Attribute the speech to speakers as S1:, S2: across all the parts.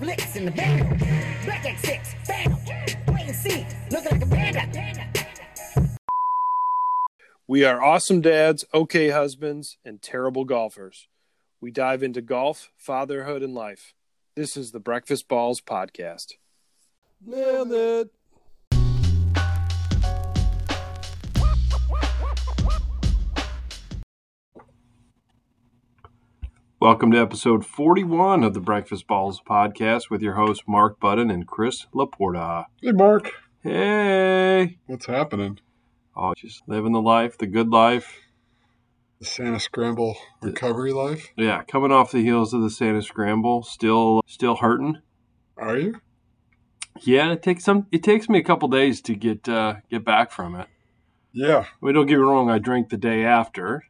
S1: licks in the band. Black X6, bam. Wait and see. Looking like a panda.
S2: We are awesome dads, okay husbands, and terrible golfers. We dive into golf, fatherhood, and life. This is the Breakfast Balls Podcast.
S3: Nailed it.
S2: Welcome to episode 41 of the Breakfast Balls Podcast with your hosts, Mark Budden and Chris Laporta.
S3: Hey, Mark.
S2: Hey!
S3: What's happening?
S2: Oh, just living the life, the good life.
S3: The Santa Scramble recovery life?
S2: Yeah, coming off the heels of the Santa Scramble, still uh, still hurting.
S3: Are you?
S2: Yeah, it takes some. It takes me a couple days to get uh, get back from it.
S3: Yeah.
S2: We don't get me wrong. I drank the day after.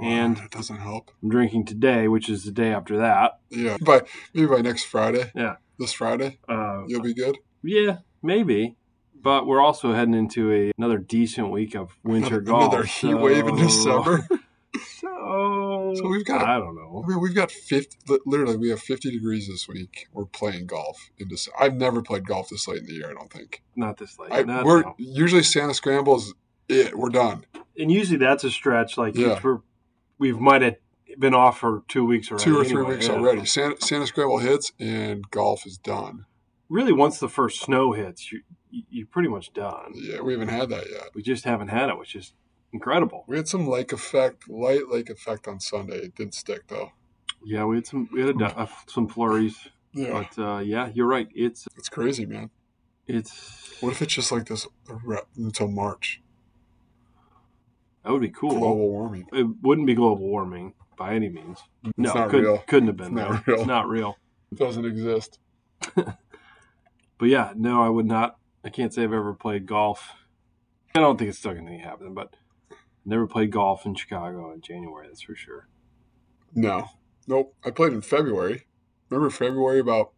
S2: And-
S3: it doesn't help.
S2: I'm drinking today, which is the day after that.
S3: Yeah. By maybe by next Friday.
S2: Yeah.
S3: This Friday,
S2: Uh,
S3: you'll be good.
S2: yeah, maybe. But we're also heading into a, another decent week of winter golf.
S3: Another heat wave in
S2: so-
S3: December.
S2: So,
S3: So we've got-
S2: I don't
S3: I
S2: know.
S3: mean, we've got 50, li- literally, we have 50 degrees this week. We're playing golf in December. I've never played golf this late in the year, I don't think.
S2: Not this late.
S3: I,
S2: Not-
S3: we're
S2: no.
S3: usually Santa Scramble is it. We're done.
S2: And usually that's a stretch. Like
S3: Yeah.
S2: we're, we might have been off for two weeks already.
S3: Two or three
S2: anyway,
S3: weeks
S2: yeah.
S3: already. Santa, Santa Scramble hits and golf is done.
S2: Really, once the first snow hits, you you- you're pretty much done.
S3: Yeah, we haven't had that yet.
S2: We just haven't had it, which is incredible.
S3: We had some lake effect, light lake effect on Sunday. It didn't stick though.
S2: Yeah, we had some we had a, du- uh, some flurries,
S3: Yeah,
S2: but uh, yeah, you're right. It's
S3: it's crazy, man.
S2: it's
S3: What if it's just like this the re- until March?
S2: that would be cool.
S3: Global warming.
S2: It wouldn't be global warming by any means. No,
S3: not
S2: couldn't,
S3: real.
S2: couldn't have been.
S3: It's not
S2: no.
S3: real.
S2: It's not real.
S3: It doesn't exist.
S2: But yeah, no, I would not. I can't say I've ever played golf. I don't think it's still going to happen, but I never played golf in Chicago in January. That's for sure.
S3: No, nope. I played in February. Remember February about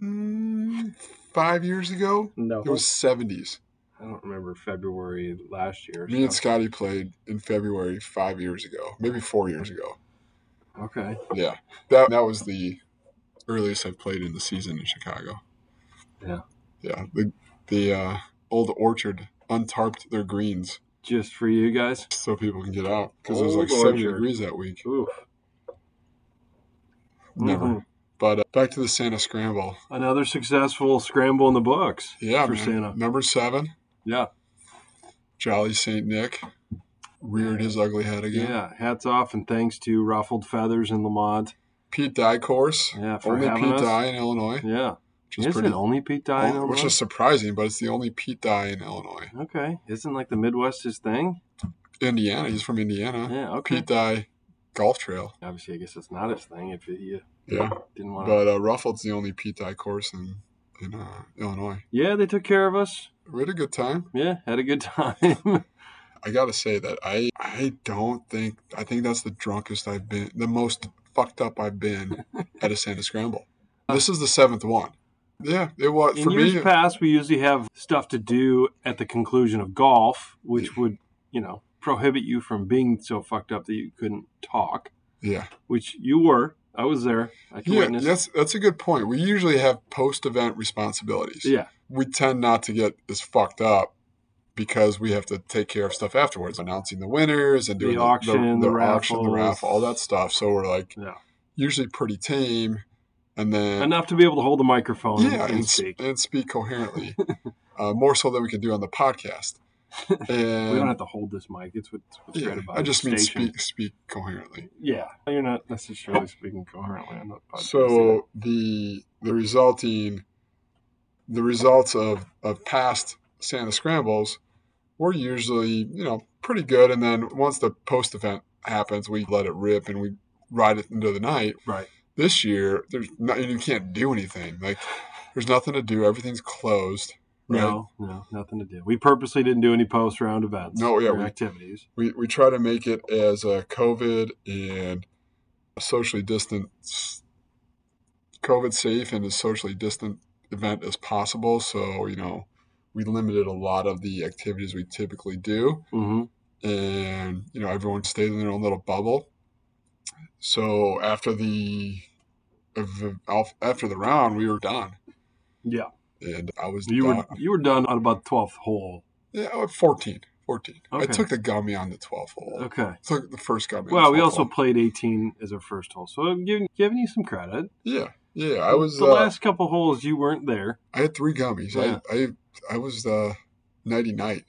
S3: mm, five years ago?
S2: No,
S3: It was seventies.
S2: I don't remember February last year.
S3: Me and
S2: so-
S3: Scotty played in February five years ago, maybe four years ago.
S2: Okay,
S3: Yeah, that that was the earliest I played in the season in Chicago.
S2: Yeah.
S3: yeah. The the uh, old orchard untarped their greens
S2: just for you guys.
S3: so people can get out because it was like
S2: Old
S3: seventy
S2: Orchard.
S3: degrees that week.
S2: Ooh,
S3: Never.
S2: Mhm.
S3: But uh, back to the Santa scramble.
S2: Another successful scramble in the books.
S3: Yeah,
S2: for
S3: man.
S2: Santa.
S3: number seven,
S2: Yeah,
S3: Jolly Saint Nick reared his ugly head again.
S2: yeah. Hats off and thanks to Ruffled Feathers in Lamont.
S3: Pete Dye course.
S2: Yeah, for
S3: Only
S2: having
S3: Pete
S2: us.
S3: Dye in Illinois,
S2: Yeah,
S3: which is
S2: isn't
S3: pretty, Oh,
S2: it only Pete Dye? in
S3: which
S2: Illinois?
S3: is surprising, but it's the only Pete Dye in Illinois.
S2: okay. Isn't like the Midwest his thing?
S3: Indiana, he's from Indiana.
S2: Yeah, okay.
S3: Pete Dye Golf Trail.
S2: Obviously, I guess it's not his thing if you
S3: Yeah,
S2: didn't want to.
S3: but uh, Ruffled's the only Pete Dye course in in uh, Illinois.
S2: yeah, they took care of us.
S3: We had a good time.
S2: Yeah, had a good time.
S3: I gotta say that I I don't think I think that's the drunkest I've been, the most fucked up I've been at a Santa Scramble. This is the seventh one. Yeah, it was
S2: In
S3: for
S2: years
S3: me.
S2: past, we usually have stuff to do at the conclusion of golf, which would, you know, prohibit you from being so fucked up that you couldn't talk,
S3: yeah,
S2: which you were. I was there. I can
S3: yeah,
S2: witness.
S3: that's that's a good point. We usually have post event responsibilities.
S2: yeah,
S3: we tend not to get as fucked up because we have to take care of stuff afterwards, announcing the winners and
S2: The
S3: doing the,
S2: auction, the
S3: auction,
S2: raffles.
S3: the raffle, all that stuff. So we're like
S2: Yeah.
S3: usually pretty tame, and then
S2: enough to be able to hold the microphone
S3: yeah,
S2: and, and
S3: and, speak.
S2: speak.
S3: and speak coherently, uh, more so than we can do on the podcast. And
S2: we don't have to hold this mic. It's what- it's what's
S3: yeah,
S2: great about
S3: I
S2: this
S3: just mean
S2: station.
S3: speak speak coherently.
S2: Yeah, you're not necessarily speaking coherently on the podcast.
S3: So the the resulting the results of of past Santa scrambles were usually you know pretty good, and then once the post event happens, we let it rip and we ride it into the night.
S2: Right.
S3: This year, there's not you can't do anything. Like there's nothing to do. Everything's closed. Right.
S2: No, no, nothing to do. We purposely didn't do any post round events.
S3: No, yeah,
S2: or
S3: we-
S2: activities.
S3: We we try to make it as a COVID and socially distant, COVID safe and as socially distant event as possible. So you know, we limited a lot of the activities we typically do,
S2: hmm
S3: and you know everyone stayed in their own little bubble. So after the of- of- after the round, we were done.
S2: Yeah.
S3: And I was
S2: You were
S3: done.
S2: you were done on about the twelfth hole.
S3: Yeah, I was 14. 14. I
S2: Okay.
S3: took the gummy on the 12th hole.
S2: Okay.
S3: Took the first gummy. on
S2: Well,
S3: the
S2: we
S3: 12th
S2: also
S3: hole.
S2: played 18 as our first hole, so I'm giving, giving you some credit.
S3: Yeah, yeah. I was.
S2: the
S3: uh,
S2: last couple holes you weren't there.
S3: I had three gummies.
S2: Yeah.
S3: I, I, I was uh, nighty night,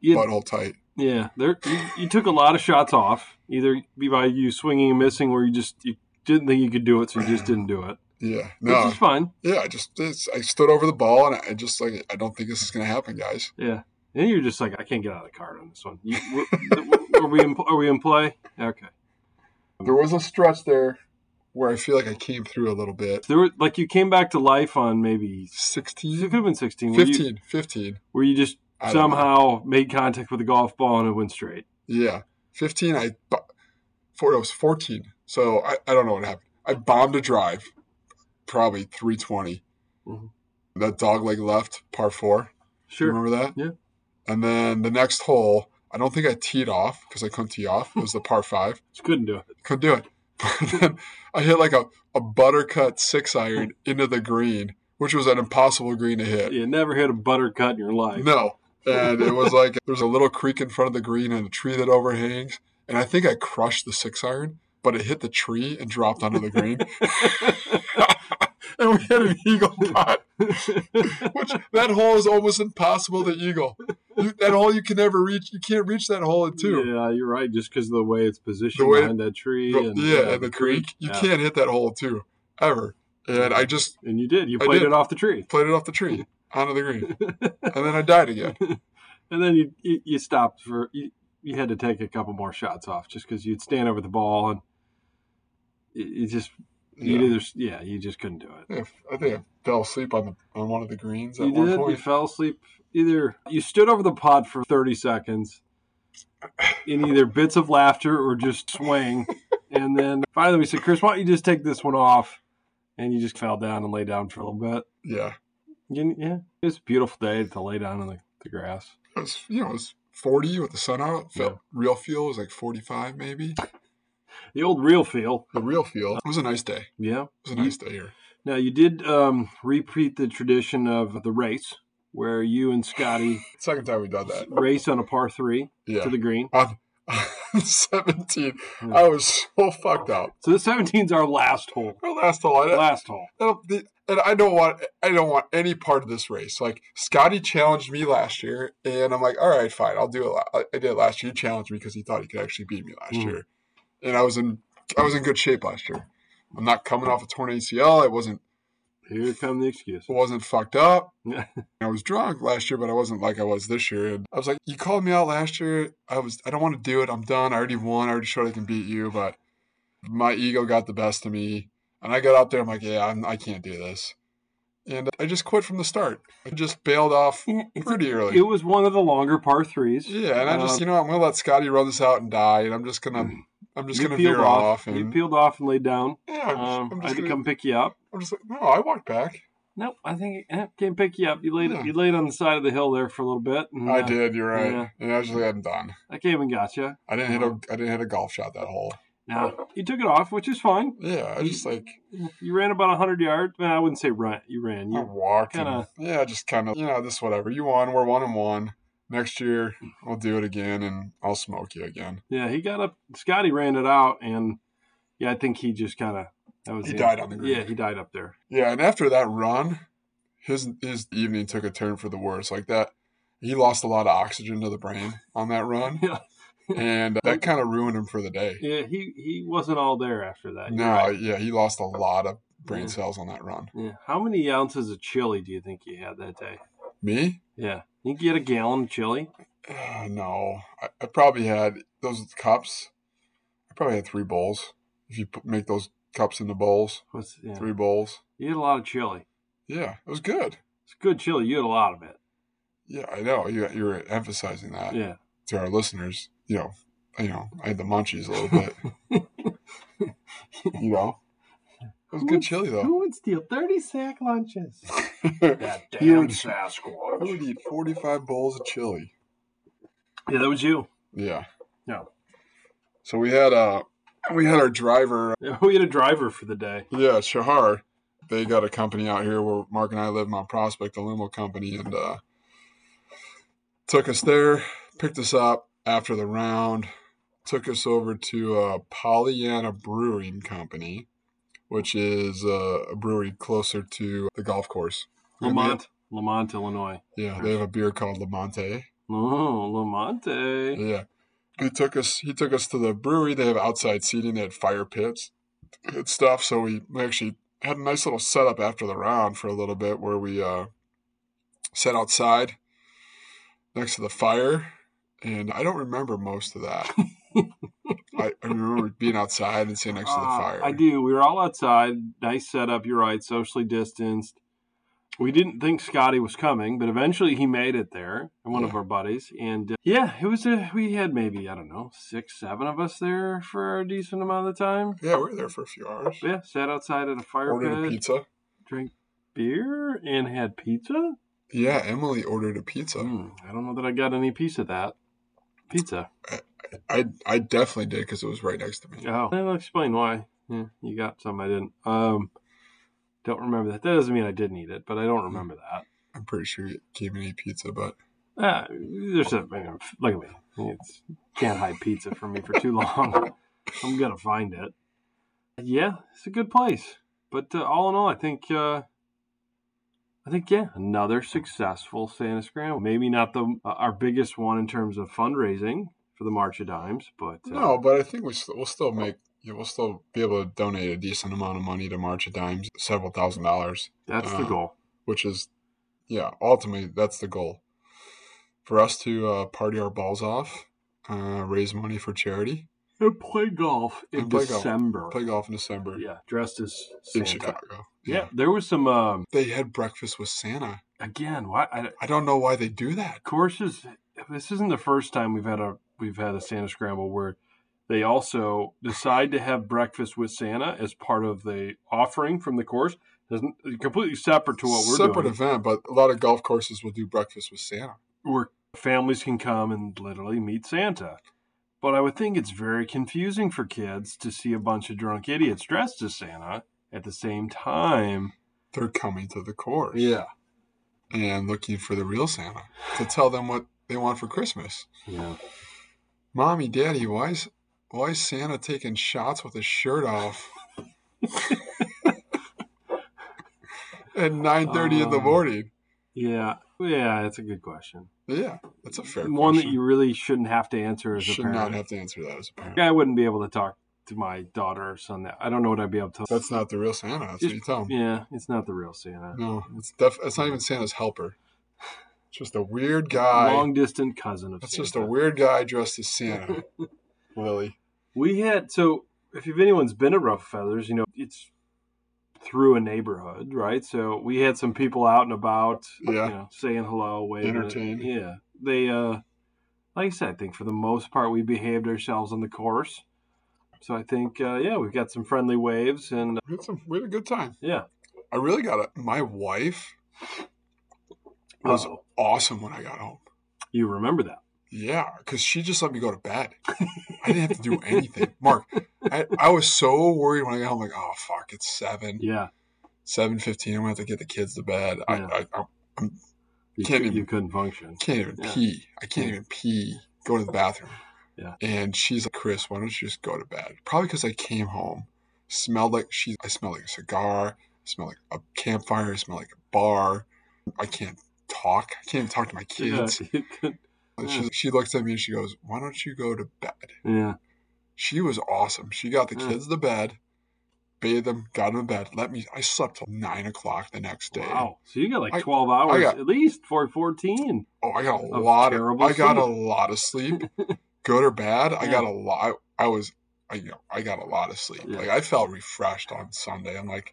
S2: You-
S3: butthole tight.
S2: yeah, there you, you took a lot of shots off, either be by you swinging and missing, or you just you didn't think you could do it, so you just didn't do it,
S3: Yeah,
S2: which
S3: no,
S2: is fine.
S3: yeah. I just, it's, I stood over the ball, and I, I just like, I don't think this is gonna happen, guys.
S2: Yeah, and you're just like, I can't get out of the card on this one. You, were, are we in, are we in play? Okay.
S3: There was a stretch there where I feel like I came through a little bit.
S2: There were like you came back to life on maybe it could
S3: 16,
S2: have been 16, where you,
S3: 15, 15.
S2: where you just
S3: I don't know.
S2: somehow made contact with the golf ball and it went straight.
S3: Yeah, fifteen. I, bu- four. It was fourteen. So I, I don't know what happened. I bombed a drive, probably three
S2: Mhm.
S3: That dog leg left, par four. Do you
S2: Sure.
S3: Remember that?
S2: Yeah.
S3: And then the next hole, I don't think I teed off because I couldn't tee off. It was the par five.
S2: Just couldn't do it.
S3: Couldn't do it. But then I hit like a, a buttercut six iron into the green, which was an impossible green to hit.
S2: You never hit a buttercut in your life.
S3: No. And it was like there's a little creek in front of the green and a tree that overhangs. And I think I crushed the six iron, but it hit the tree and dropped onto the green. and we hit an eagle putt, which that hole is almost impossible to eagle. You, that hole you can never reach. You can't reach that hole in two.
S2: Yeah, you're right. Just because of the way it's positioned
S3: The way-
S2: behind that tree,
S3: The-
S2: and uh,
S3: yeah, and the creek. You
S2: Yeah.
S3: can't hit that hole in two ever. And I just
S2: And you did. You
S3: I
S2: played
S3: did.
S2: it off the tree,
S3: played it off the tree onto the green, and then I died again.
S2: and then you you, you stopped for you, you had to take a couple more shots off just because you'd stand over the ball and you, you just
S3: Yeah.
S2: you either yeah you just couldn't do it.
S3: Yeah, I think I fell asleep on the on one of the greens at
S2: You
S3: one
S2: did. You
S3: point.
S2: fell asleep. Either you stood over the pod for 30 seconds in either bits of laughter or just swing. and then finally we said, Chris, why don't you just take this one off? And you just fell down and lay down for a little bit.
S3: Yeah,
S2: You- yeah, it's a beautiful day to lay down on the, the grass.
S3: it was you know it was forty with the sun out. Felt
S2: Yeah.
S3: real feel was like forty five maybe.
S2: The old real feel.
S3: The real feel. It was a nice day.
S2: Yeah.
S3: It was a nice day here.
S2: Now you did um, repeat the tradition of the race where you and Scotty
S3: Second time we done that.
S2: race on a par three
S3: Yeah.
S2: to the green.
S3: On 17,
S2: Yeah.
S3: I was so fucked up.
S2: So the 17's our last hole.
S3: Our last hole, I, I
S2: Last hole.
S3: don't, the- and I don't want, I don't want any part of this race. Like Scotty challenged me last year, and I'm like, all right, fine, I'll do it. la- I I did it last year. He challenged me because he thought he could actually beat me last
S2: Mhm.
S3: year, and I was in, I was in good shape last year. I'm not coming off a torn ACL. I wasn't,
S2: Here come the excuses.
S3: I wasn't fucked up.
S2: Yeah.
S3: I was drunk last year, but I wasn't like I was this year. And I was like, you called me out last year. I was, I don't want to do it. I'm done. I already won. I already showed I can beat you. But my ego got the best of me, and I got out there. I'm like, yeah, I'm, I can't do this. And I just quit from the start. I just bailed off pretty early.
S2: Eh, It was one of the longer par threes.
S3: yeah, and I
S2: Uh,
S3: just,
S2: Hmm.
S3: you know, I'm gonna let Scotty run this out and die, and I'm just gonna, I'm just
S2: you
S3: gonna
S2: peeled
S3: veer off.
S2: You
S3: and
S2: peeled off and laid down.
S3: yeah, I'm just,
S2: Um,
S3: I'm
S2: I
S3: just
S2: had to
S3: gonna,
S2: come pick you up.
S3: I'm just like, no, I walked back.
S2: Nope, I think I can't pick you up. You laid
S3: Yeah.
S2: you laid on the side of the hill there for a little bit. And,
S3: I
S2: uh,
S3: did. You're right.
S2: yeah.
S3: And I was like, I'm done.
S2: I came and got you.
S3: I didn't hit a, I didn't hit a golf shot that hole.
S2: Now you took it off, which is fine.
S3: Yeah, I just like
S2: You ran about hundred yards. Well, I wouldn't say run. You ran.
S3: I
S2: You,
S3: walked. and-
S2: kinda-
S3: yeah, just kind of you know this whatever you won. We're one and one. Next year I'll do it again and I'll smoke you again.
S2: yeah, he got up. Scotty ran it out, and yeah, I think he just kind of that was
S3: He
S2: it.
S3: died on the green.
S2: Yeah, he died up there.
S3: Yeah, and after that run, his his evening took a turn for the worse. Like that, he lost a lot of oxygen to the brain on that run,
S2: Yeah.
S3: and that kind of ruined him for the day.
S2: Yeah, he he wasn't all there after that.
S3: No, yeah, he lost a lot of brain
S2: Yeah.
S3: cells on that run.
S2: Yeah. How many ounces of chili do you think you had that day?
S3: Me?
S2: Yeah. You can get a gallon of chili.
S3: Uh, no, I, I probably had those cups. I probably had three bowls. If you put, make those cups into bowls,
S2: What's yeah.
S3: three bowls.
S2: You had a lot of chili.
S3: Yeah, it was good.
S2: It's good chili. You had a lot of it.
S3: Yeah, I know you you're emphasizing that
S2: Yeah.
S3: to our listeners. You know, you know, I had the munchies a little bit. you know, it was good chili though.
S2: Who would steal 30 sack lunches?
S3: I
S2: that
S3: You would-
S2: Sasquatch.
S3: would eat forty five bowls of chili.
S2: Yeah, that was you.
S3: Yeah.
S2: No.
S3: So we had uh And we had our driver,
S2: We had a driver for the day.
S3: yeah, Shahar. They got a company out here where Mark and I live, Mount Prospect, the limo company, and uh, took us there, picked us up after the round, took us over to uh, Pollyanna Brewing Company, which is uh, a brewery closer to the golf course. And they-
S2: Lamont, Lamont, Illinois.
S3: Yeah, they have a beer called Lamonte.
S2: Oh, Lamonte.
S3: Yeah. He took us he took us to the brewery. They have outside seating, they had fire pits and stuff. So we we actually had a nice little setup after the round for a little bit where we uh sat outside next to the fire. And I don't remember most of that. I, I remember being outside and sitting next to the
S2: Ah,
S3: fire.
S2: I do. We were all outside. Nice setup. You're right. Socially distanced. We didn't think Scotty was coming, but eventually he made it there. One of
S3: Yeah.
S2: our buddies, and uh, yeah, it was a. We had maybe I don't know six, seven of us there for a decent amount of the time.
S3: Yeah, we were there for a few hours.
S2: Yeah, sat outside at a fire
S3: Ordered a
S2: pit,
S3: pizza.
S2: drank beer, and had pizza.
S3: Yeah, Emily ordered a pizza.
S2: Hmm, I don't know that I got any piece of that pizza.
S3: I I definitely did because it was right next to me.
S2: Oh, that'll explain why. Yeah, you got some I didn't. Um, don't remember that. That doesn't mean I didn't eat it, but I
S3: Hmm.
S2: don't remember that.
S3: I'm pretty sure you came and ate pizza, but
S2: Ah, there's a man, look at me. It's, can't hide pizza from me for too long. I'm gonna find it. Yeah, it's a good place. But uh, all in all, I think uh, I think yeah, another successful Santa Scramble. Maybe not the uh, our biggest one in terms of fundraising for the March of Dimes, but uh,
S3: No, but I think we st- we'll still make yeah, we'll still be able to donate a decent amount of money to March of Dimes, several thousand dollars,
S2: that's the
S3: uh,
S2: goal.
S3: which is yeah, ultimately that's the goal for us to uh, party our balls off, uh, raise money for charity,
S2: And play golf in
S3: And play golf.
S2: December.
S3: play golf in December
S2: Yeah, dressed as Santa.
S3: in Chicago.
S2: Yeah. there was some. Um,
S3: they had breakfast with Santa.
S2: again, why? I,
S3: I don't know why they do that.
S2: courses. This isn't the first time we've had a we've had a Santa scramble where they also decide to have breakfast with Santa as part of the offering from the course. Doesn't completely separate to what we're
S3: Separate
S2: doing.
S3: event, but a lot of golf courses will do breakfast with Santa.
S2: where families can come and literally meet Santa. But I would think it's very confusing for kids to see a bunch of drunk idiots dressed as Santa at the same time.
S3: They're coming to the course. and looking for the real Santa to tell them what they want for Christmas.
S2: Yeah.
S3: Mommy, Daddy, why is why is Santa taking shots with his shirt off at nine thirty in the
S2: Um,
S3: morning?
S2: Yeah. Yeah, that's a good question.
S3: Yeah, that's a fair
S2: One
S3: question.
S2: that you really shouldn't have to answer as a
S3: should
S2: parent.
S3: not have to answer that as a parent.
S2: I wouldn't be able to talk to my daughter or son. That I don't know what I'd be able to.
S3: That's not the real Santa. That's what you tell them.
S2: yeah, it's not the real Santa.
S3: No, it's def- it's not even Santa's helper. It's just a weird guy.
S2: Long distant cousin of
S3: that's
S2: Santa.
S3: just a weird guy dressed as Santa. Lily.
S2: We had so if you've anyone's been at Rough Feathers, you know it's through a neighborhood, right? So we had some people out and about,
S3: Yeah.
S2: you know, saying hello, waving,
S3: Entertained.
S2: Yeah, they, uh like I said, I think for the most part we behaved ourselves on the course. So I think, uh, yeah, we've got some friendly waves, and uh,
S3: We had, some, we had a good time.
S2: yeah,
S3: I really got it. My wife was
S2: Uh-oh.
S3: awesome when I got home.
S2: you remember that?
S3: Yeah, because she just let me go to bed. I didn't have to do anything. Mark, I, I was so worried when I got home. Like, oh fuck, it's seven,
S2: Yeah,
S3: seven fifteen. I'm gonna have to get the kids to bed.
S2: Yeah.
S3: I, I, I
S2: you,
S3: Can't
S2: cou-
S3: even-
S2: you couldn't function.
S3: can't even
S2: Yeah.
S3: pee. I can't even pee. Go to the bathroom.
S2: Yeah.
S3: And she's like, Chris, why don't you just go to bed? Probably because I came home, smelled like she. I smelled like a cigar. I smelled like a campfire. I smelled like a bar. I can't talk. I can't even talk to my
S2: Yeah,
S3: kids.
S2: you could,
S3: And She, she looks at me and she goes, Why don't you go to bed?
S2: yeah,
S3: she was awesome. She got the
S2: Mm.
S3: kids to bed, bathed them, got them to bed. Let me. I slept till nine o'clock the next day.
S2: wow. So you got like
S3: I-
S2: twelve hours
S3: got-
S2: at least for fourteen.
S3: Oh, I got a
S2: Of
S3: lot. Of,
S2: terrible
S3: I got a
S2: sleep.
S3: lot of sleep, good or bad. I
S2: Yeah.
S3: got a lot. I was. I you know. I got a lot of sleep.
S2: Yeah.
S3: Like I felt refreshed on Sunday. I'm like,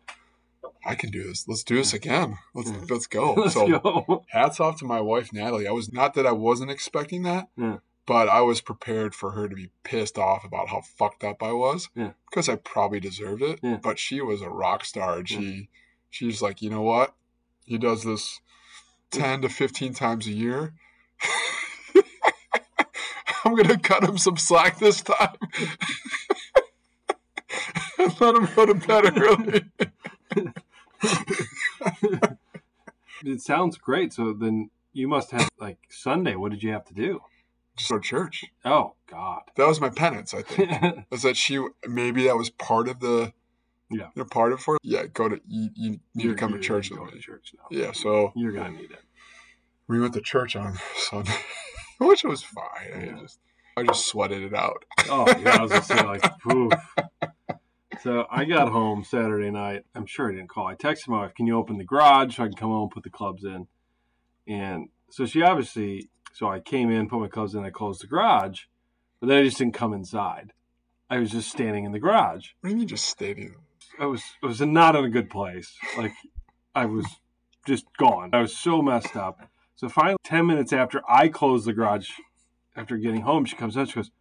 S3: I can do this. Let's do this again. Let's
S2: Yeah.
S3: let's go.
S2: Let's
S3: so
S2: go.
S3: hats off to my wife Natalie. I was not that I wasn't expecting that,
S2: Yeah.
S3: but I was prepared for her to be pissed off about how fucked up I was
S2: Yeah.
S3: because I probably deserved it.
S2: Yeah.
S3: But she was a rock star, and she she's like, you know what? He does this ten to fifteen times a year. I'm gonna cut him some slack this time. Let him go to bed early.
S2: It sounds great. So then you must have like Sunday. What did you have to do?
S3: Just go to church.
S2: Oh God.
S3: That was my penance, I think. Is that she? Maybe that was part of the.
S2: Yeah.
S3: You know, part of her. Yeah, go to you. You need to come to church with
S2: Going to
S3: me.
S2: church now.
S3: Yeah, so
S2: You're gonna need it.
S3: we went to church on Sunday, which was fine. I,
S2: Yeah.
S3: just, I just sweated it out.
S2: Oh yeah, I was gonna say like poof. So I got home Saturday night. I'm sure I didn't call. I texted my wife, "Can you open the garage so I can come home and put the clubs in?" And so she obviously. So I came in, put my clubs in, I closed the garage, but then I just didn't come inside. I was just standing in the garage.
S3: What do you mean, just stadium?
S2: I was I was not in a good place. Like I was just gone. I was so messed up. So finally, ten minutes after I closed the garage, after getting home, she comes out. She goes,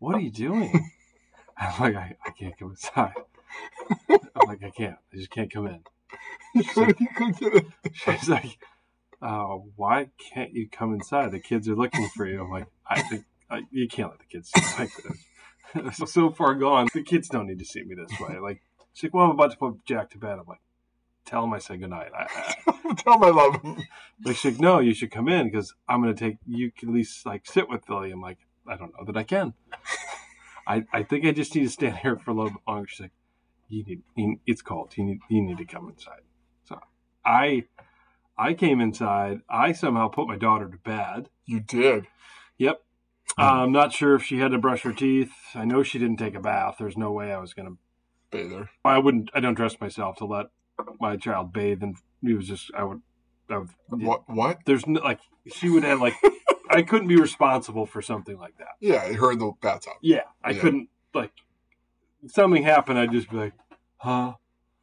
S2: "What are you doing?" I'm like, "I, I can't come inside." I'm like, "I can't. I just can't come in."
S3: you couldn't you couldn't get it.
S2: She's like, uh, "Why can't you come inside? The kids are looking for you." I'm like, "I think I, you can't let the kids see me like this. I'm so far gone. The kids don't need to see me this way." Like, she's like, "Well, I'm about to put Jack to bed." I'm like, "Tell him I said goodnight." I, I,
S3: Tell my love. him.
S2: like, she's like, "No, you should come in because I'm gonna take you can at least like sit with Lily." I'm like, "I don't know that I can. I I think I just need to stand here for a little bit longer." She's like, "You need, you, it's cold. You need you need to come inside." So I. I came inside. I somehow put my daughter to bed.
S3: You did.
S2: Yep. Uh, I'm not sure if she had to brush her teeth. I know she didn't take a bath. There's no way I was gonna.
S3: Bather.
S2: I wouldn't. I don't trust myself to let my child bathe, and it was just. I would. I would.
S3: What? What?
S2: There's no, like she would have like. I couldn't be responsible for something like that.
S3: Yeah, I heard the bathtub.
S2: Yeah, I
S3: Yeah.
S2: couldn't like. If something happened, I'd just be like, huh?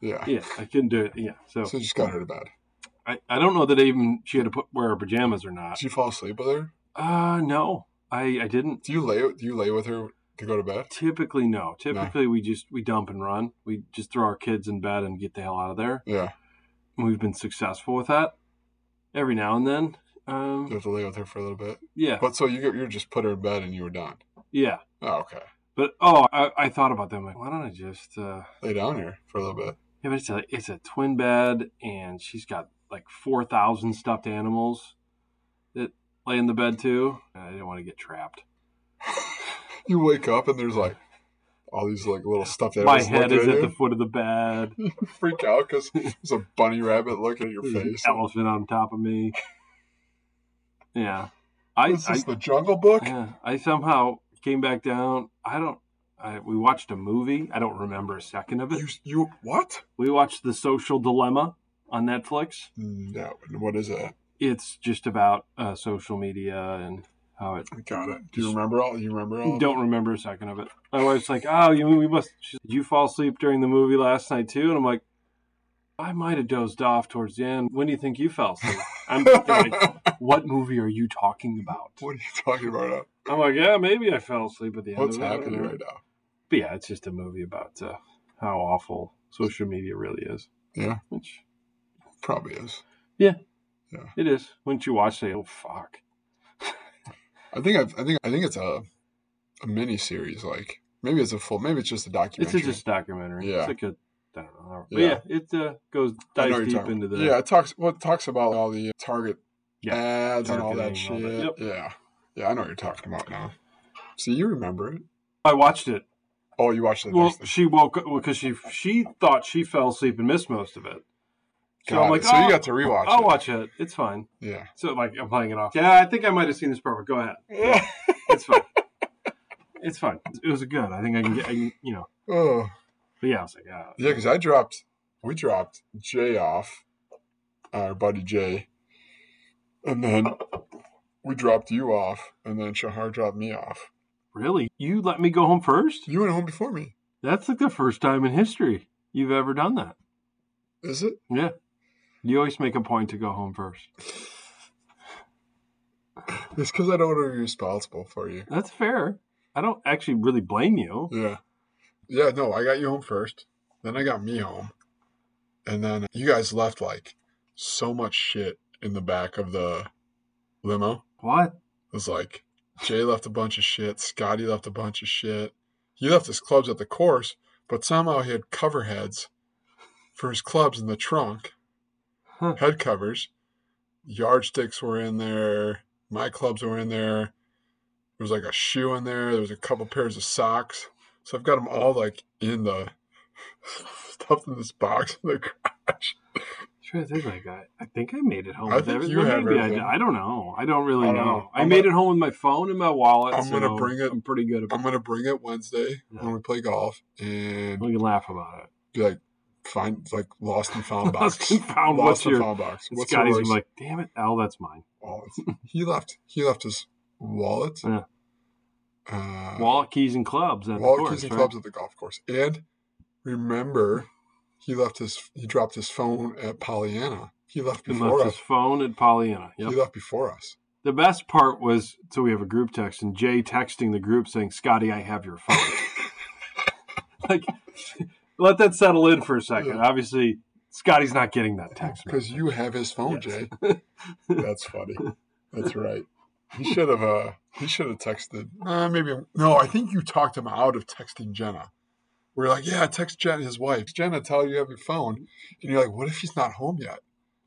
S3: Yeah.
S2: Yeah, I couldn't do it. Yeah, so
S3: So you just got her to bed.
S2: I, I don't know that even she had to put wear her pajamas or not.
S3: Did you fall asleep with her?
S2: Uh, no, I I didn't.
S3: Do you lay? Do you lay with her to go to bed?
S2: Typically, no. Typically, we just we dump and run. We just throw our kids in bed and get the hell out of there.
S3: Yeah.
S2: And We've been successful with that. Every now and then,
S3: You
S2: um,
S3: have to lay with her for a little bit.
S2: yeah,
S3: But so you go- you just put her in bed and you were done.
S2: yeah.
S3: Oh, okay.
S2: But oh, I, I thought about that. I'm like, why don't I just? Uh,
S3: Lay down here for a little bit.
S2: yeah, but it's a it's a twin bed, and she's got like four thousand stuffed animals that lay in the bed too. And I didn't want to get trapped.
S3: You wake up and there's like all these like little stuffed
S2: My
S3: animals
S2: head
S3: looking
S2: is
S3: at
S2: at the
S3: you.
S2: foot of the bed.
S3: Freak out because there's a bunny rabbit looking at your
S2: There's an
S3: face.
S2: elephant on top of me. Yeah, I,
S3: Is
S2: I
S3: this the Jungle Book?
S2: Yeah, I somehow came back down. I don't. I, we watched a movie. I don't remember a second of it.
S3: You you what?
S2: We watched The Social Dilemma on Netflix.
S3: No. What is that?
S2: It's just about uh, social media and how it.
S3: I got it. Do you remember all? You remember all? of
S2: Don't remember a second of it. My wife's like, "Oh, you we must." She's, Did you fall asleep during the movie last night too? And I'm like, "I might have dozed off towards the end." When do you think you fell asleep? I'm
S3: it?
S2: thinking, like, "What movie are you talking about?"
S3: what are you talking about? Now?
S2: I'm like, "Yeah, maybe I fell asleep at the end."
S3: What's
S2: of it. I don't
S3: happening
S2: know."
S3: right now?
S2: But yeah, it's just a movie about uh, how awful social media really is.
S3: Yeah.
S2: Which
S3: Probably is.
S2: it is. Once you watch it, oh fuck.
S3: I think I've, I think I think it's a a mini series. Like maybe it's a full. Maybe it's just a
S2: It's
S3: documentary.
S2: a, just a documentary.
S3: Yeah.
S2: It's like a I don't know. hour- But yeah, it uh, goes dives
S3: I know you're
S2: deep
S3: talking-
S2: into the
S3: Yeah, it talks well, it talks about all the uh, target
S2: Yeah,
S3: ads and all that shit.
S2: targeting, all that.
S3: Yeah. Yeah, I know what you're talking about now. See, you remember it.
S2: I watched it.
S3: Oh, you watched the
S2: Well,
S3: next thing.
S2: she woke up because she she thought she fell asleep and missed most of it. So
S3: Got
S2: I'm
S3: it.
S2: like,
S3: so
S2: "Oh,
S3: you got to rewatch
S2: I'll
S3: it.
S2: watch it. It's fine.
S3: Yeah.
S2: So like I'm playing it off. Yeah, I think I might have seen this part, but go ahead. It's fine. it's fine. It was good. I think I can get I can, you know.
S3: oh.
S2: But yeah, I was like, ah,
S3: Yeah, because I dropped, we dropped Jay off, our buddy Jay, and then we dropped you off, and then Shahar dropped me off.
S2: really? You let me go home first?
S3: You went home before me.
S2: That's like the first time in history you've ever done that.
S3: Is it?
S2: Yeah. You always make a point to go home first.
S3: It's because I don't want to be responsible for you.
S2: That's fair. I don't actually really blame you.
S3: Yeah. Yeah, no, I got you home first. Then I got me home. And then you guys left like so much shit in the back of the limo. It
S2: What?
S3: was like Jay left a bunch of shit, Scotty left a bunch of shit. He left his clubs at the course, but somehow he had cover heads for his clubs in the trunk,
S2: Huh.
S3: head covers. Yardsticks were in there. My clubs were in there. There was like a shoe in there. There was a couple pairs of socks. So I've got them all like in the stuffed in this box in the garage.
S2: trying to think like I, I think I made it home
S3: I
S2: with
S3: think
S2: everything.
S3: you have
S2: Maybe I,
S3: everything.
S2: did. I don't know. I don't really
S3: I
S2: know.
S3: don't know.
S2: I
S3: I'm
S2: made
S3: gonna-
S2: it home with my phone and my wallet.
S3: I'm gonna
S2: so
S3: bring it-
S2: I'm pretty good about
S3: I'm gonna bring it Wednesday
S2: Yeah.
S3: when we play golf and
S2: it. We can laugh about it.
S3: be like find like lost and found
S2: Lost
S3: box.
S2: and found,
S3: Lost
S2: what's
S3: and
S2: your-
S3: found box.
S2: And
S3: What's
S2: Scotty's gonna
S3: yours?
S2: be like, damn it, Al, that's mine.
S3: Wallet. He left. He left his wallet.
S2: Yeah.
S3: Uh,
S2: Wallet, keys, and clubs. At
S3: wallet
S2: the course,
S3: keys and
S2: right?
S3: clubs at the golf course. And remember, he left his. He dropped his phone at Pollyanna. He left
S2: And
S3: before
S2: left
S3: us.
S2: his phone at Pollyanna. Yep.
S3: He left before us.
S2: The best part was so we have a group text and Jay texting the group saying, Scotty, I have your phone. like, let that settle in for a second.
S3: Yeah.
S2: Obviously, Scotty's not getting that text.
S3: Because
S2: message.
S3: you have his phone,
S2: Yes.
S3: Jay. That's funny. That's right. He should have. Uh, he should have texted. Uh, maybe no. I think you talked him out of texting Jenna. We're like, yeah, text Jenna, his wife. Jenna, tell her you have your phone, and you're like, what if he's not home yet?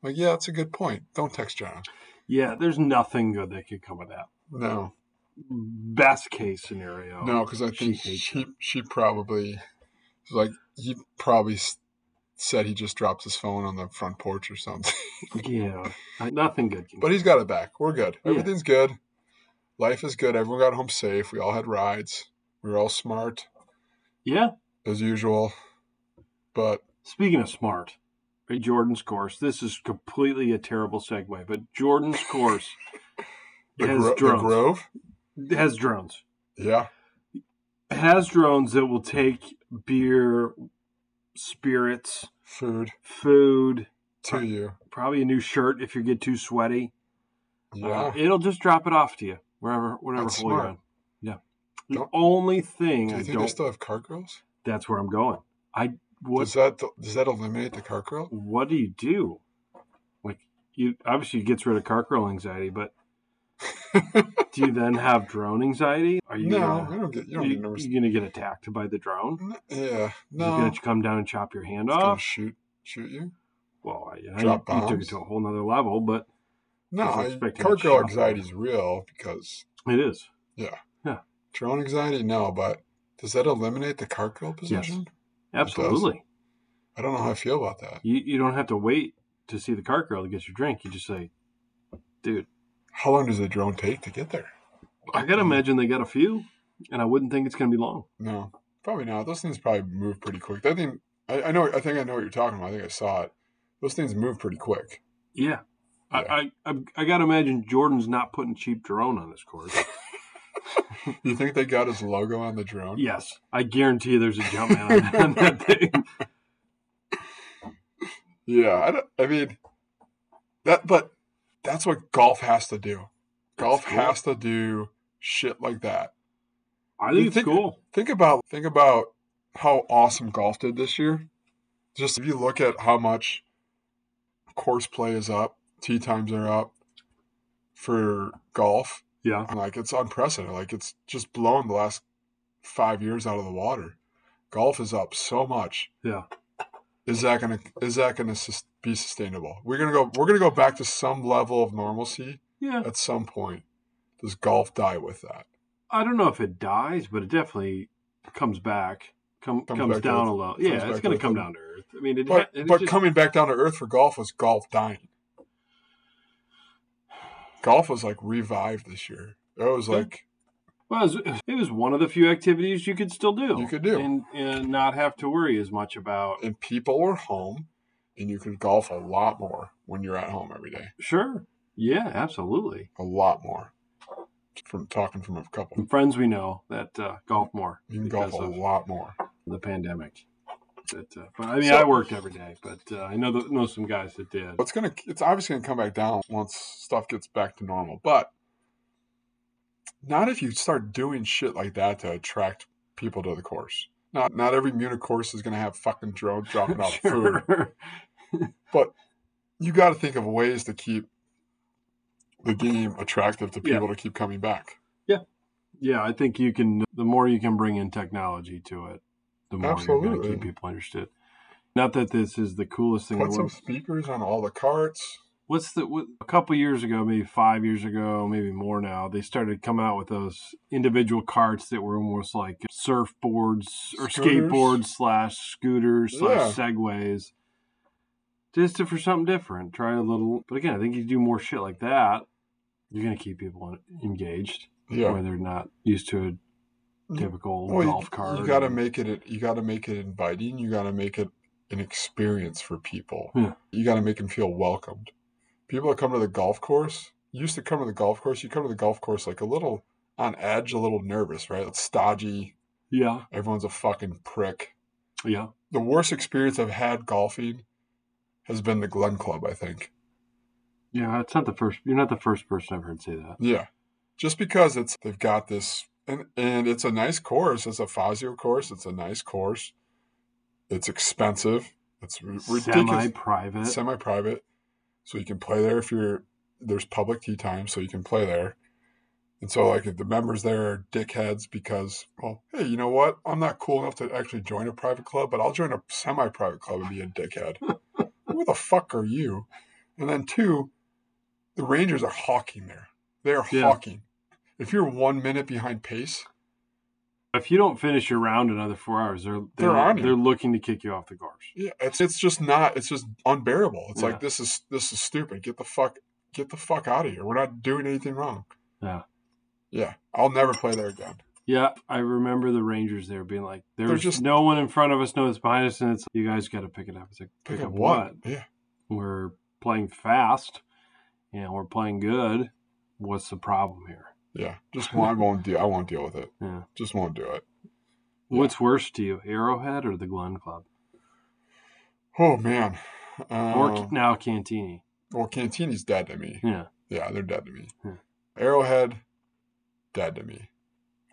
S3: I'm like, yeah, that's a good point. Don't text Jenna.
S2: Yeah, there's nothing good that could come of that.
S3: No,
S2: Best case scenario.
S3: no, because I
S2: she
S3: think she
S2: hates
S3: she, probably like he probably s- said he just dropped his phone on the front porch or something.
S2: Yeah. I- nothing good can
S3: But he's got it back. We're good.
S2: Yeah.
S3: Everything's good. Life is good. Everyone got home safe. We all had rides. We were all smart
S2: Yeah.
S3: as usual. But
S2: Speaking of smart, right, Jordan's course. This is completely a terrible segue, but Jordan's course
S3: the,
S2: has
S3: gro- the
S2: drones.
S3: Grove,
S2: has drones.
S3: yeah,
S2: Has drones that will take beer, spirits,
S3: food
S2: food, Uh,
S3: to you.
S2: probably a new shirt if you get too sweaty.
S3: Yeah,
S2: Uh, it'll just drop it off to you wherever, whatever
S3: That's
S2: hole you're
S3: smart.
S2: in. Yeah. The
S3: Don't-
S2: only
S3: do
S2: thing
S3: you
S2: I
S3: think
S2: don't.
S3: they still have cart girls?
S2: that's where I'm going. I what?
S3: Does that does that eliminate the cart girl?
S2: what do you do? Like you obviously it gets rid of car girl anxiety, but do you then have drone anxiety? Are you
S3: no, I
S2: gonna,
S3: don't get. You
S2: you,
S3: don't get nervous.
S2: you gonna get attacked by the drone?
S3: N- yeah,
S2: Is it gonna
S3: no.
S2: come down and chop your hand
S3: It's gonna
S2: off?
S3: shoot shoot you.
S2: Well, you, know,
S3: drop
S2: you- you took
S3: bombs?
S2: it to a whole nother level, but
S3: No,
S2: Just
S3: I,
S2: expecting
S3: cart
S2: a
S3: girl
S2: shot.
S3: anxiety is real because
S2: it is.
S3: drone anxiety. No, but does that eliminate the cart girl position?
S2: Absolutely.
S3: I don't know how I feel about that.
S2: You, you don't have to wait to see the car girl to get your drink. You just say, dude,
S3: How long does the drone take to get there?
S2: I gotta
S3: Mm-hmm.
S2: imagine they got a few, and I wouldn't think it's gonna be long.
S3: No, probably not. Those things probably move pretty quick. That thing, I, I know. I think I know what you're talking about. I think I saw it. Those things move pretty quick.
S2: Yeah.
S3: Yeah.
S2: I, I, I, I got to imagine Jordan's not putting cheap drone on this course.
S3: You think they got his logo on the drone?
S2: yes, I guarantee there's a jump man on, that- on that thing.
S3: Yeah. I, don't, I mean, that. But that's what golf has to do. Golf
S2: cool.
S3: has to do shit like that.
S2: I
S3: You
S2: think it's
S3: think-
S2: cool.
S3: Think about think about how awesome golf did this year. Just if you look at how much course play is up, tee times are up for golf.
S2: Yeah.
S3: I'm like it's unprecedented. Like it's just blown the last five years out of the water. Golf is up so much.
S2: Yeah.
S3: Is that gonna is that gonna sus- be sustainable? We're gonna go we're gonna go back to some level of normalcy
S2: Yeah.
S3: at some point. Does golf die with that?
S2: I don't know if it dies, but it definitely comes back. Come,
S3: Comes
S2: comes
S3: back
S2: down
S3: to
S2: a little. Yeah,
S3: comes
S2: it's
S3: back
S2: going to
S3: to
S2: come
S3: earth.
S2: down to earth. I mean, it,
S3: But
S2: it
S3: but
S2: just-
S3: coming back down to earth for golf was golf dying. Golf was like revived this year. It was
S2: Yeah.
S3: like
S2: well, it was, it was one of the few activities you could still do.
S3: You could do.
S2: and, and not have to worry as much about.
S3: and people were home, and you could golf a lot more when you're at home every day.
S2: Sure. Yeah, absolutely.
S3: a lot more from talking from a couple.
S2: From friends we know that uh, golf more.
S3: You can
S2: because
S3: golf a
S2: of-
S3: lot more.
S2: the pandemic. But, uh, but I mean,
S3: So-
S2: I worked every day, but uh, I know th know some guys that did.
S3: It's gonna. It's obviously gonna come back down once stuff gets back to normal. But not if you start doing shit like that to attract people to the course. Not not every Munich course is gonna have fucking drones dropping off food.
S2: Sure.
S3: You got to think of ways to keep the game attractive to
S2: Yeah.
S3: people to keep coming back.
S2: Yeah, I think you can. The more you can bring in technology to it, the more you're going to
S3: Absolutely.
S2: keep people interested. Not that this is the coolest thing. in
S3: Put
S2: the
S3: some
S2: world.
S3: speakers on all the carts.
S2: What's the what, a couple years ago, maybe five years ago, maybe more now? They started coming out with those individual carts that were almost like surfboards or
S3: Scooters.
S2: skateboards slash scooters slash
S3: Yeah.
S2: segways, just to, for something different. Try a little, but again, I think you do more shit like that. You're gonna keep people en- engaged
S3: Yeah. Mm-hmm.
S2: where they're not used to a typical
S3: Well, you-
S2: golf cart.
S3: You got to
S2: or-
S3: make it. You got to make it inviting. You got to make it an experience for people.
S2: Yeah.
S3: You got to make them feel welcomed. People that come to the golf course used to come to the golf course. You come to the golf course like a little on edge, a little nervous, right? It's stodgy.
S2: yeah,
S3: Everyone's a fucking prick.
S2: yeah.
S3: The worst experience I've had golfing has been the Glen Club. I think.
S2: Yeah, it's not the first. You're not the first person I've heard say that.
S3: Yeah. Just because it's they've got this and and it's a nice course. It's a Fazio course. It's a nice course. It's expensive. It's r- ridiculous.
S2: Semi-private.
S3: Semi private. So you can play there if you're there's public tee time, so you can play there. And so like if the members there are dickheads because well, hey, you know what? I'm not cool enough to actually join a private club, but I'll join a semi private club and be a dickhead. Who the fuck are you? And then two, the Rangers are hawking there. They're
S2: Yeah.
S3: hawking. If you're one minute behind pace,
S2: if you don't finish your round in another four hours, they're they're
S3: They're on you.
S2: they're looking to kick you off the course.
S3: yeah, it's it's just not it's just unbearable. It's
S2: Yeah.
S3: like this is this is stupid. Get the fuck get the fuck out of here. We're not doing anything wrong.
S2: Yeah.
S3: Yeah. I'll never play there again.
S2: Yeah, I remember the Rangers there being like,
S3: They're
S2: "There's just
S3: just-
S2: no one in front of us, no one's behind us, and it's you guys got to pick it up." It's like, pick, up what?
S3: Yeah.
S2: We're playing fast, you know, we're playing good. What's the problem here?
S3: Yeah. Just one I won't deal I won't deal with it.
S2: Yeah.
S3: Just won't do it.
S2: What's worse to you, Arrowhead or the Glen Club,
S3: Oh man. Um,
S2: or ca- now Cantini?
S3: well Cantini's dead to me.
S2: Yeah,
S3: Yeah, they're dead to me.
S2: Yeah.
S3: Arrowhead, dead to me.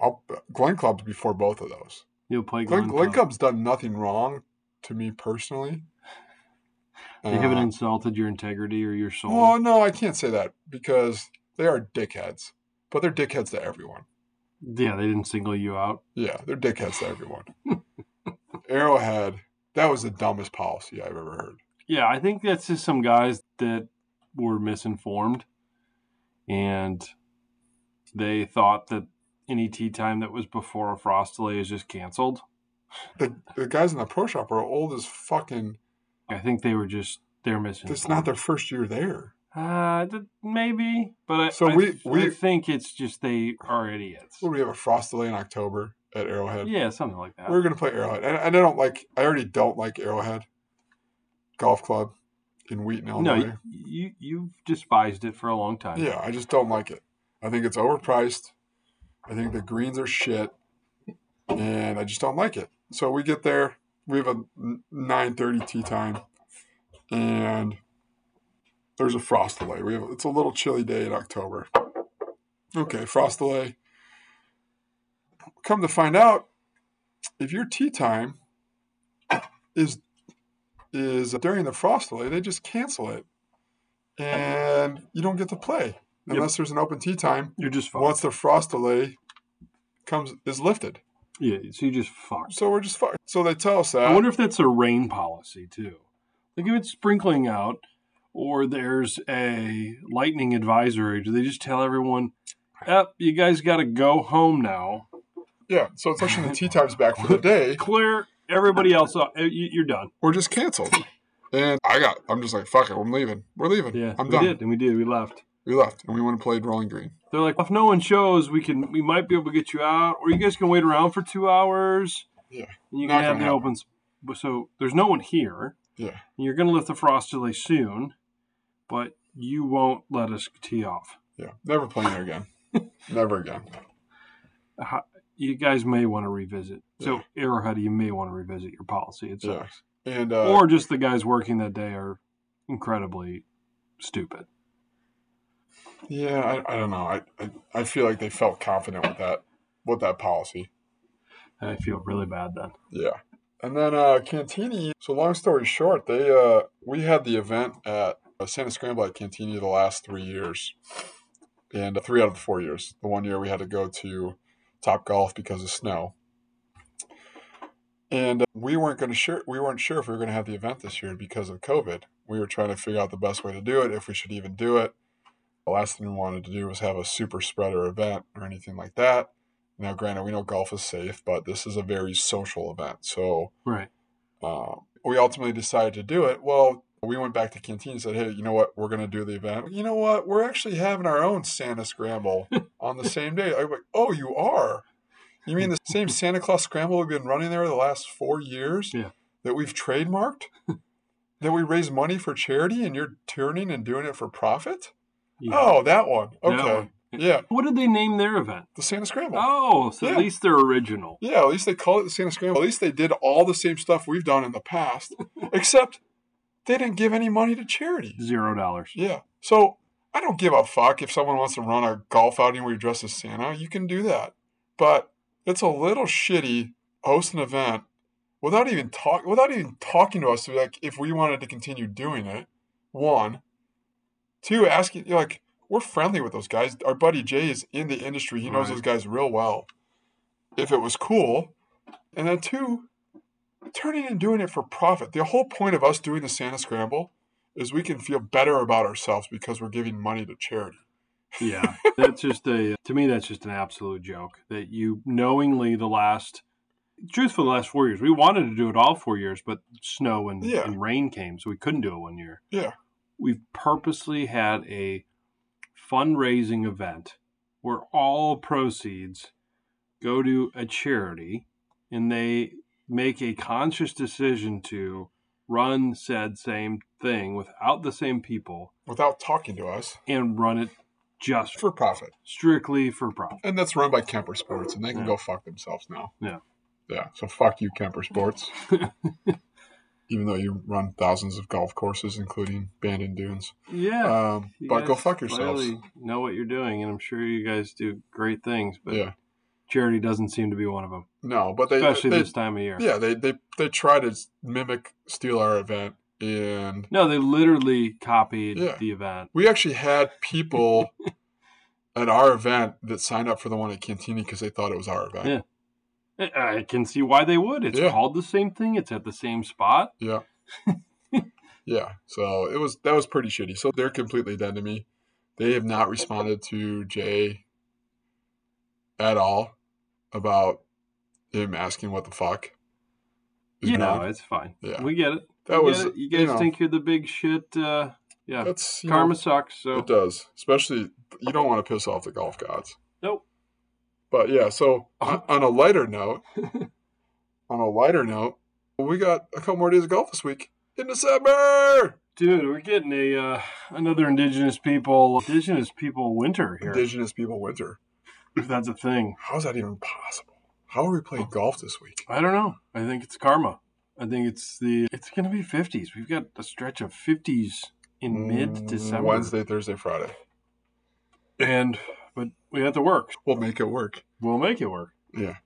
S3: I'll, Glen Club's before both of those.
S2: you'll play
S3: Glen,
S2: Glen,
S3: Glen
S2: Club.
S3: Club's done nothing wrong to me personally.
S2: They haven't
S3: Uh,
S2: insulted your integrity or your soul.
S3: Well, no, I can't say that because they are dickheads, but they're dickheads to everyone.
S2: yeah, they didn't single you out.
S3: Yeah, they're dickheads to everyone. Arrowhead, that was the dumbest policy I've ever heard.
S2: Yeah, I think that's just some guys that were misinformed and they thought that any tea time that was before a frost delay is just canceled.
S3: The, the guys in the pro shop are old as fucking.
S2: I think they were just they're misinformed.
S3: It's not their first year there.
S2: uh, th- maybe, but I,
S3: So
S2: I-
S3: we-
S2: I
S3: we-
S2: think it's just they are idiots.
S3: What do we have a frost delay in October at Arrowhead?
S2: Yeah, something like that.
S3: We're gonna play Arrowhead, and, and I don't like. I already don't like Arrowhead Golf Club in Wheaton,
S2: no,
S3: Illinois.
S2: you, you you've despised it for a long time.
S3: yeah, I just don't like it. I think it's overpriced. I think the greens are shit, and I just don't like it. So we get there. We have a nine thirty tea time, and there's a frost delay. We have it's a little chilly day in October. Okay, frost delay. Come to find out, if your tea time is is during the frost delay, they just cancel it, and you don't get to play
S2: Yep.
S3: unless there's an open tea time.
S2: You're just fucked.
S3: Once the frost delay comes is lifted,
S2: yeah, so you just fucked.
S3: so we're just fucked. So they tell us that.
S2: I wonder if that's a rain policy too. Like if it's sprinkling out or there's a lightning advisory, do they just tell everyone, Yep, you guys gotta go home now.
S3: yeah, so it's pushing the tea times back for the day,
S2: Clear everybody else out. Uh, you- You're done.
S3: or just canceled. And I got, I'm just like, fuck it, I'm leaving. We're leaving.
S2: Yeah,
S3: I'm
S2: we
S3: done.
S2: did, and we did. We left.
S3: We left, and we went and played Rolling Green.
S2: They're like, if no one shows, we can, we might be able to get you out, or you guys can wait around for two hours.
S3: Yeah.
S2: and you
S3: Not
S2: can have
S3: gonna
S2: the open. sp- So there's no one here.
S3: Yeah,
S2: and You're gonna lift the frost delay soon, but you won't let us tee off.
S3: yeah. Never playing there again. Never again.
S2: how, you guys may want to revisit. So
S3: Yeah.
S2: Arrowhead, you may want to revisit your policy. It
S3: Yeah.
S2: sucks.
S3: And uh,
S2: or just the guys working that day are incredibly stupid.
S3: yeah, I, I don't know. I, I I feel like they felt confident with that with that policy.
S2: I feel really bad then.
S3: Yeah. And then uh, Cantini. So long story short, they uh, we had the event at uh, Santa Scramble at Cantini the last three years, and uh, three out of the four years. The one year we had to go to Top Golf because of snow. And uh, we weren't going to sure we weren't sure if we were going to have the event this year because of COVID. We were trying to figure out the best way to do it, if we should even do it. The last thing we wanted to do was have a super spreader event or anything like that. Now, granted, we know golf is safe, but this is a very social event, so
S2: Right.
S3: uh, we ultimately decided to do it. Well, we went back to Canteen and said, hey, you know what? We're going to do the event. You know what? We're actually having our own Santa Scramble on the same day. I was like, oh, you are? You mean the same Santa Claus Scramble we've been running there the last four years
S2: Yeah.
S3: that we've trademarked? that we raise money for charity and you're turning and doing it for profit?
S2: Yeah.
S3: Oh, that one.
S2: That
S3: Okay.
S2: one.
S3: Yeah,
S2: What did they name their event?
S3: the Santa Scramble.
S2: Oh, so
S3: Yeah.
S2: at least they're original.
S3: Yeah, at least they call it the Santa Scramble. At least they did all the same stuff we've done in the past, except they didn't give any money to charity.
S2: Zero dollars.
S3: Yeah. So I don't give a fuck if someone wants to run a golf outing where you dress as Santa. You can do that. But it's a little shitty host an event without even talk without even talking to us to be like if we wanted to continue doing it. One. Two, asking you're like, we're friendly with those guys. Our buddy Jay is in the industry. He knows
S2: Right.
S3: those guys real well. If it was cool. And then two, turning and doing it for profit. The whole point of us doing the Santa Scramble is we can feel better about ourselves because we're giving money to charity.
S2: Yeah, that's just a to me that's just an absolute joke that you knowingly the last truthfully the last four years we wanted to do it all four years but snow and,
S3: Yeah.
S2: and rain came so we couldn't do it one year.
S3: Yeah.
S2: we've purposely had a fundraising event where all proceeds go to a charity and they make a conscious decision to run said same thing without the same people
S3: Without talking to us
S2: and run it just
S3: for profit.
S2: strictly for profit.
S3: And that's run by Kemper Sports, and they can
S2: Yeah.
S3: go fuck themselves now.
S2: Yeah.
S3: Yeah. So fuck you, Kemper Sports. Even though you run thousands of golf courses, including Bandon Dunes.
S2: Yeah.
S3: Um,
S2: you
S3: but go
S2: guys
S3: fuck yourselves.
S2: clearly know what you're doing, and I'm sure you guys do great things, but
S3: Yeah.
S2: charity doesn't seem to be one of them,
S3: No, but they.
S2: especially
S3: they
S2: this time of year.
S3: yeah, they, they, they try to mimic, steal our event, and
S2: No, they literally copied
S3: Yeah.
S2: the event.
S3: We actually had people at our event that signed up for the one at Cantini because they thought it was our event.
S2: I- I can see why they would. It's
S3: Yeah.
S2: called the same thing. It's at the same spot.
S3: Yeah. yeah. So it was that was pretty shitty. So they're completely dead to me. They have not responded to Jay at all about him asking what the fuck. is
S2: You
S3: going
S2: know,
S3: on.
S2: it's fine.
S3: Mhm. Yeah.
S2: We get it.
S3: that
S2: We
S3: was
S2: get it. you
S3: you
S2: guys
S3: know,
S2: think you're the big shit. Uh, yeah,
S3: that's you know,
S2: karma sucks. So
S3: it does. Especially you don't want to piss off the golf gods.
S2: nope.
S3: But yeah, so on on a lighter note, on a lighter note, we got a couple more days of golf this week in December.
S2: Dude, we're getting a uh, another Indigenous people Indigenous people winter here.
S3: Indigenous people winter.
S2: if that's a thing.
S3: How is that even possible? How are we playing golf this week?
S2: I don't know. I think it's karma. I think it's the it's gonna be fifties. We've got a stretch of fifties in mid December.
S3: Mm, Wednesday, Thursday, Friday.
S2: And but we have to work.
S3: We'll make it work.
S2: We'll make it work.
S3: Yeah.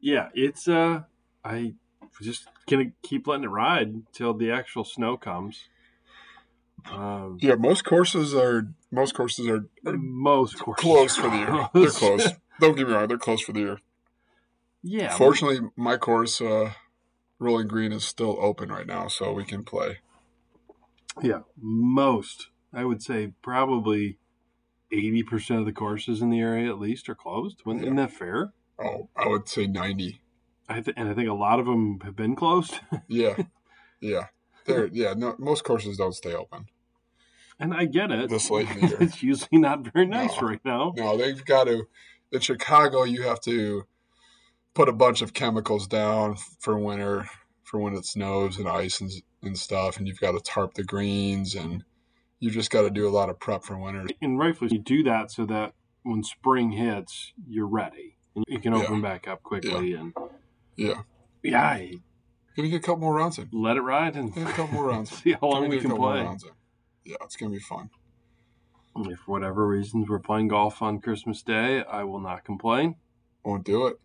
S2: Yeah, it's uh I was just gonna keep letting it ride till the actual snow comes. Um
S3: Yeah, most courses are most courses are, are
S2: most courses
S3: close
S2: are
S3: for the year. They're
S2: closed.
S3: close. Don't get me wrong, they're close for the year.
S2: yeah.
S3: Fortunately, my course, uh, Rolling Green, is still open right now, so we can play.
S2: Yeah. Most I would say probably eighty percent of the courses in the area at least are closed. Wouldn't- Isn't that fair?
S3: Oh, I would say ninety.
S2: I th- and I think a lot of them have been closed.
S3: Yeah, yeah, there. Yeah, no, most courses don't stay open.
S2: And I get it.
S3: This late in the year.
S2: it's usually not very nice
S3: No.
S2: right now.
S3: No, they've got to. In Chicago, you have to put a bunch of chemicals down for winter, for when it snows and ice and, and stuff, and you've got to tarp the greens, and you just got to do a lot of prep for winter.
S2: And rightfully, you do that so that when spring hits, you're ready and you can
S3: Yeah.
S2: open back up quickly. And
S3: Yeah,
S2: yeah, I
S3: gonna get a couple more rounds in.
S2: let it ride and
S3: Get a couple more rounds. in.
S2: see how
S3: Gonna
S2: long
S3: get
S2: we
S3: a
S2: can
S3: couple more
S2: play.
S3: rounds in. Yeah, it's gonna be fun.
S2: If for whatever reasons we're playing golf on Christmas Day, I will not complain.
S3: Won't do it.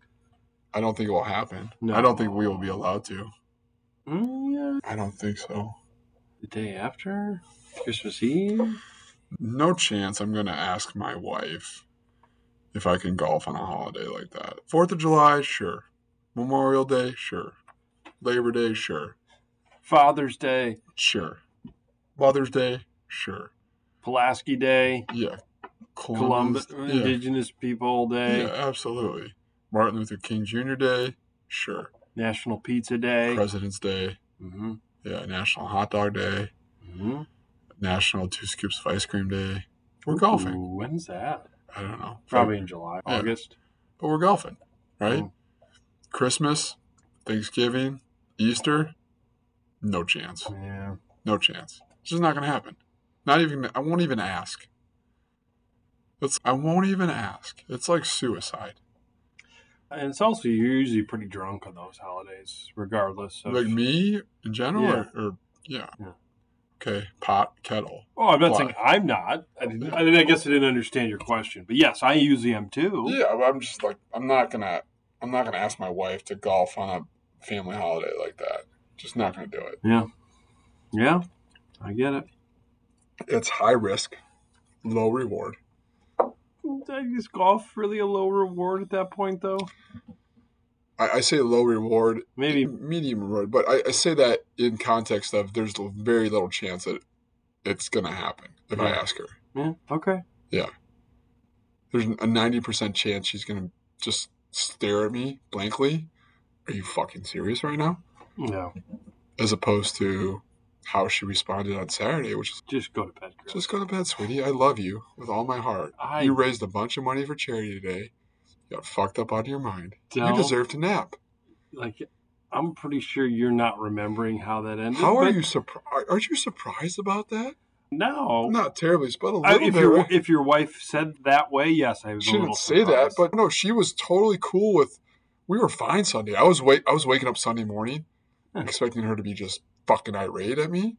S3: I don't think it will happen.
S2: No.
S3: I don't think we will be allowed to.
S2: Mm, yeah.
S3: I don't think so.
S2: The day after Christmas Eve,
S3: no chance I'm going to ask my wife if I can golf on a holiday like that. Fourth of July, sure. Memorial Day, sure. Labor Day, sure.
S2: Father's Day,
S3: Sure. Mother's Day, sure.
S2: Pulaski Day,
S3: Yeah.
S2: Columbus,
S3: yeah.
S2: Indigenous People Day,
S3: yeah, absolutely. Martin Luther King Jr. Day, sure.
S2: National Pizza Day.
S3: President's Day,
S2: hmm
S3: yeah. National Hot Dog Day,
S2: hmm
S3: National Two Scoops of Ice Cream Day. We're golfing.
S2: Ooh, when's that?
S3: I don't know.
S2: Probably in July,
S3: Yeah.
S2: August.
S3: But we're golfing, right?
S2: Mm.
S3: Christmas, Thanksgiving, Easter, no chance.
S2: Yeah.
S3: No chance. It's just not going to happen. Not even, I won't even ask. It's, I won't even ask. It's like suicide.
S2: And it's also you're usually pretty drunk on those holidays, regardless. Of,
S3: like me in general,
S2: Yeah.
S3: Or, or yeah.
S2: Yeah.
S3: Okay, pot, kettle.
S2: oh, I'm not
S3: Why?
S2: saying I'm not. I, didn't, I, mean, I guess I didn't understand your question, but yes, I usually am too.
S3: Yeah, but I'm just like I'm not gonna I'm not gonna ask my wife to golf on a family holiday like that. Just not gonna do it.
S2: Yeah. Yeah. I get it.
S3: It's high risk, low reward.
S2: Is golf really a low reward at that point, though?
S3: I, I say low reward,
S2: Maybe.
S3: medium reward, but I, I say that in context of there's very little chance that it's gonna happen if I
S2: Yeah.
S3: ask her.
S2: Yeah. Okay.
S3: There's a ninety percent chance she's gonna just stare at me blankly. Are you fucking serious right now?
S2: No.
S3: as opposed to how she responded on Saturday, which is
S2: Just go to bed, girl.
S3: just go to bed, sweetie. I love you with all my heart.
S2: I
S3: you raised a bunch of money for charity today. You got fucked up out of your mind.
S2: don't-
S3: You deserve to nap.
S2: like I'm pretty sure you're not remembering how that ended.
S3: How are
S2: but
S3: you surprised? Aren't you surprised about that?
S2: No.
S3: Not terribly, but a
S2: I,
S3: little
S2: if
S3: bit.
S2: your
S3: right?
S2: if your wife said that way, yes, I was
S3: She
S2: a little
S3: didn't say that,
S2: surprised.
S3: but no, she was totally cool with. We were fine Sunday. I was wake. I was waking up Sunday morning,
S2: Huh.
S3: expecting her to be just fucking irate at me.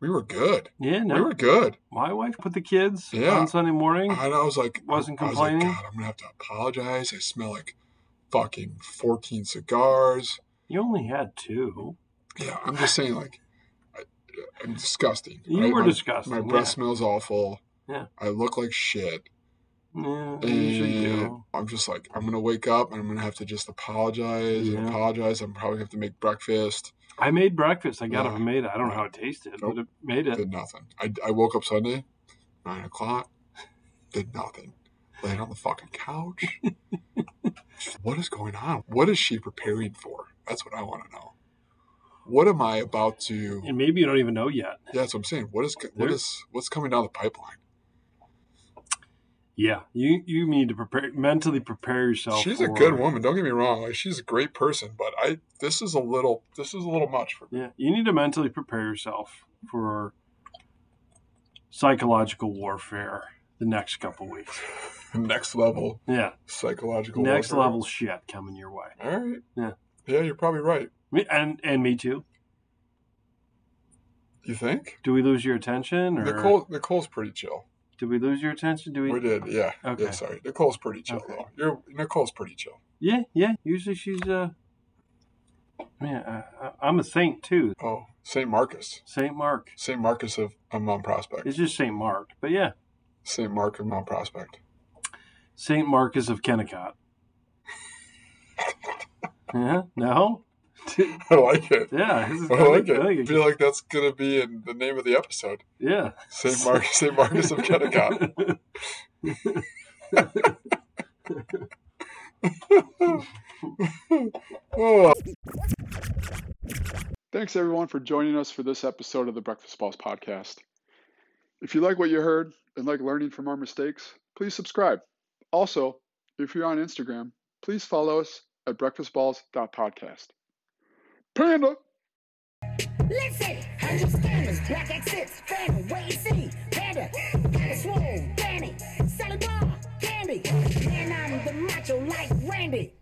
S3: We were good.
S2: yeah, no.
S3: We were good.
S2: my wife put the kids
S3: Yeah. Uh-huh.
S2: on Sunday morning.
S3: And I was like,
S2: Wasn't
S3: I was like,
S2: complaining?
S3: God, I'm gonna have to apologize. I smell like fucking 14 cigars.
S2: you only had two.
S3: Yeah, I'm just saying, like, I, I'm disgusting.
S2: You
S3: right?
S2: were
S3: my,
S2: disgusting.
S3: My
S2: yeah.
S3: breath smells awful.
S2: Yeah.
S3: I look like shit.
S2: Yeah, you usually
S3: And
S2: do.
S3: I'm just like, I'm gonna wake up and I'm gonna have to just apologize
S2: Yeah.
S3: and apologize. I'm probably gonna have to make breakfast.
S2: I made breakfast. I got
S3: Yeah.
S2: up and made it. I don't know how it tasted, but it made it.
S3: Did nothing. I, I woke up Sunday, nine o'clock. Did nothing. Laid on the fucking couch. what is going on? What is she preparing for? That's what I want to know. What am I about to? Yeah,
S2: And maybe you don't even know yet.
S3: that's what I'm saying. What is what is what's coming down the pipeline?
S2: Yeah, you you need to prepare mentally prepare yourself.
S3: she's a
S2: for-
S3: good woman. Don't get me wrong. Like she's a great person, but I this is a little this is a little much for me.
S2: Yeah, you need to mentally prepare yourself for psychological warfare the next couple weeks.
S3: Next level
S2: Yeah,
S3: psychological.
S2: next
S3: warfare.
S2: level shit coming your way.
S3: All right.
S2: Yeah.
S3: Yeah, you're probably right.
S2: Me- And and me too.
S3: You think?
S2: Do we lose your attention or
S3: Nicole Nicole's pretty chill.
S2: did we lose your attention? Do we?
S3: We did, yeah.
S2: Okay.
S3: Yeah, sorry. Nicole's pretty chill
S2: Okay.
S3: though. You're Nicole's pretty chill.
S2: Yeah, yeah. Usually she's uh. Man, I, I, I'm a saint too.
S3: Oh, St. Marcus.
S2: Saint Mark.
S3: St. Marcus of of Mount Prospect.
S2: It's just Saint Mark, but yeah,
S3: St. Mark of Mount Prospect.
S2: Saint Marcus of Kennecott. yeah. Uh-huh, No.
S3: I like it.
S2: Yeah. this is-
S3: I like it.
S2: I
S3: I
S2: think
S3: feel like that's gonna be in the name of the episode.
S2: yeah.
S3: St. Mark St. Marcus of Kennecott. Oh. Thanks everyone for joining us for this episode of the Breakfast Balls podcast. If you like what you heard and like learning from our mistakes, please subscribe. Also, if you're on Instagram, please follow us at breakfastballs.podcast. Panda!
S1: Listen, I'm just scanners, black X6, phantom, wait and see, panda, kinda swole, Danny, salad bar, candy, man, I'm the macho like Randy.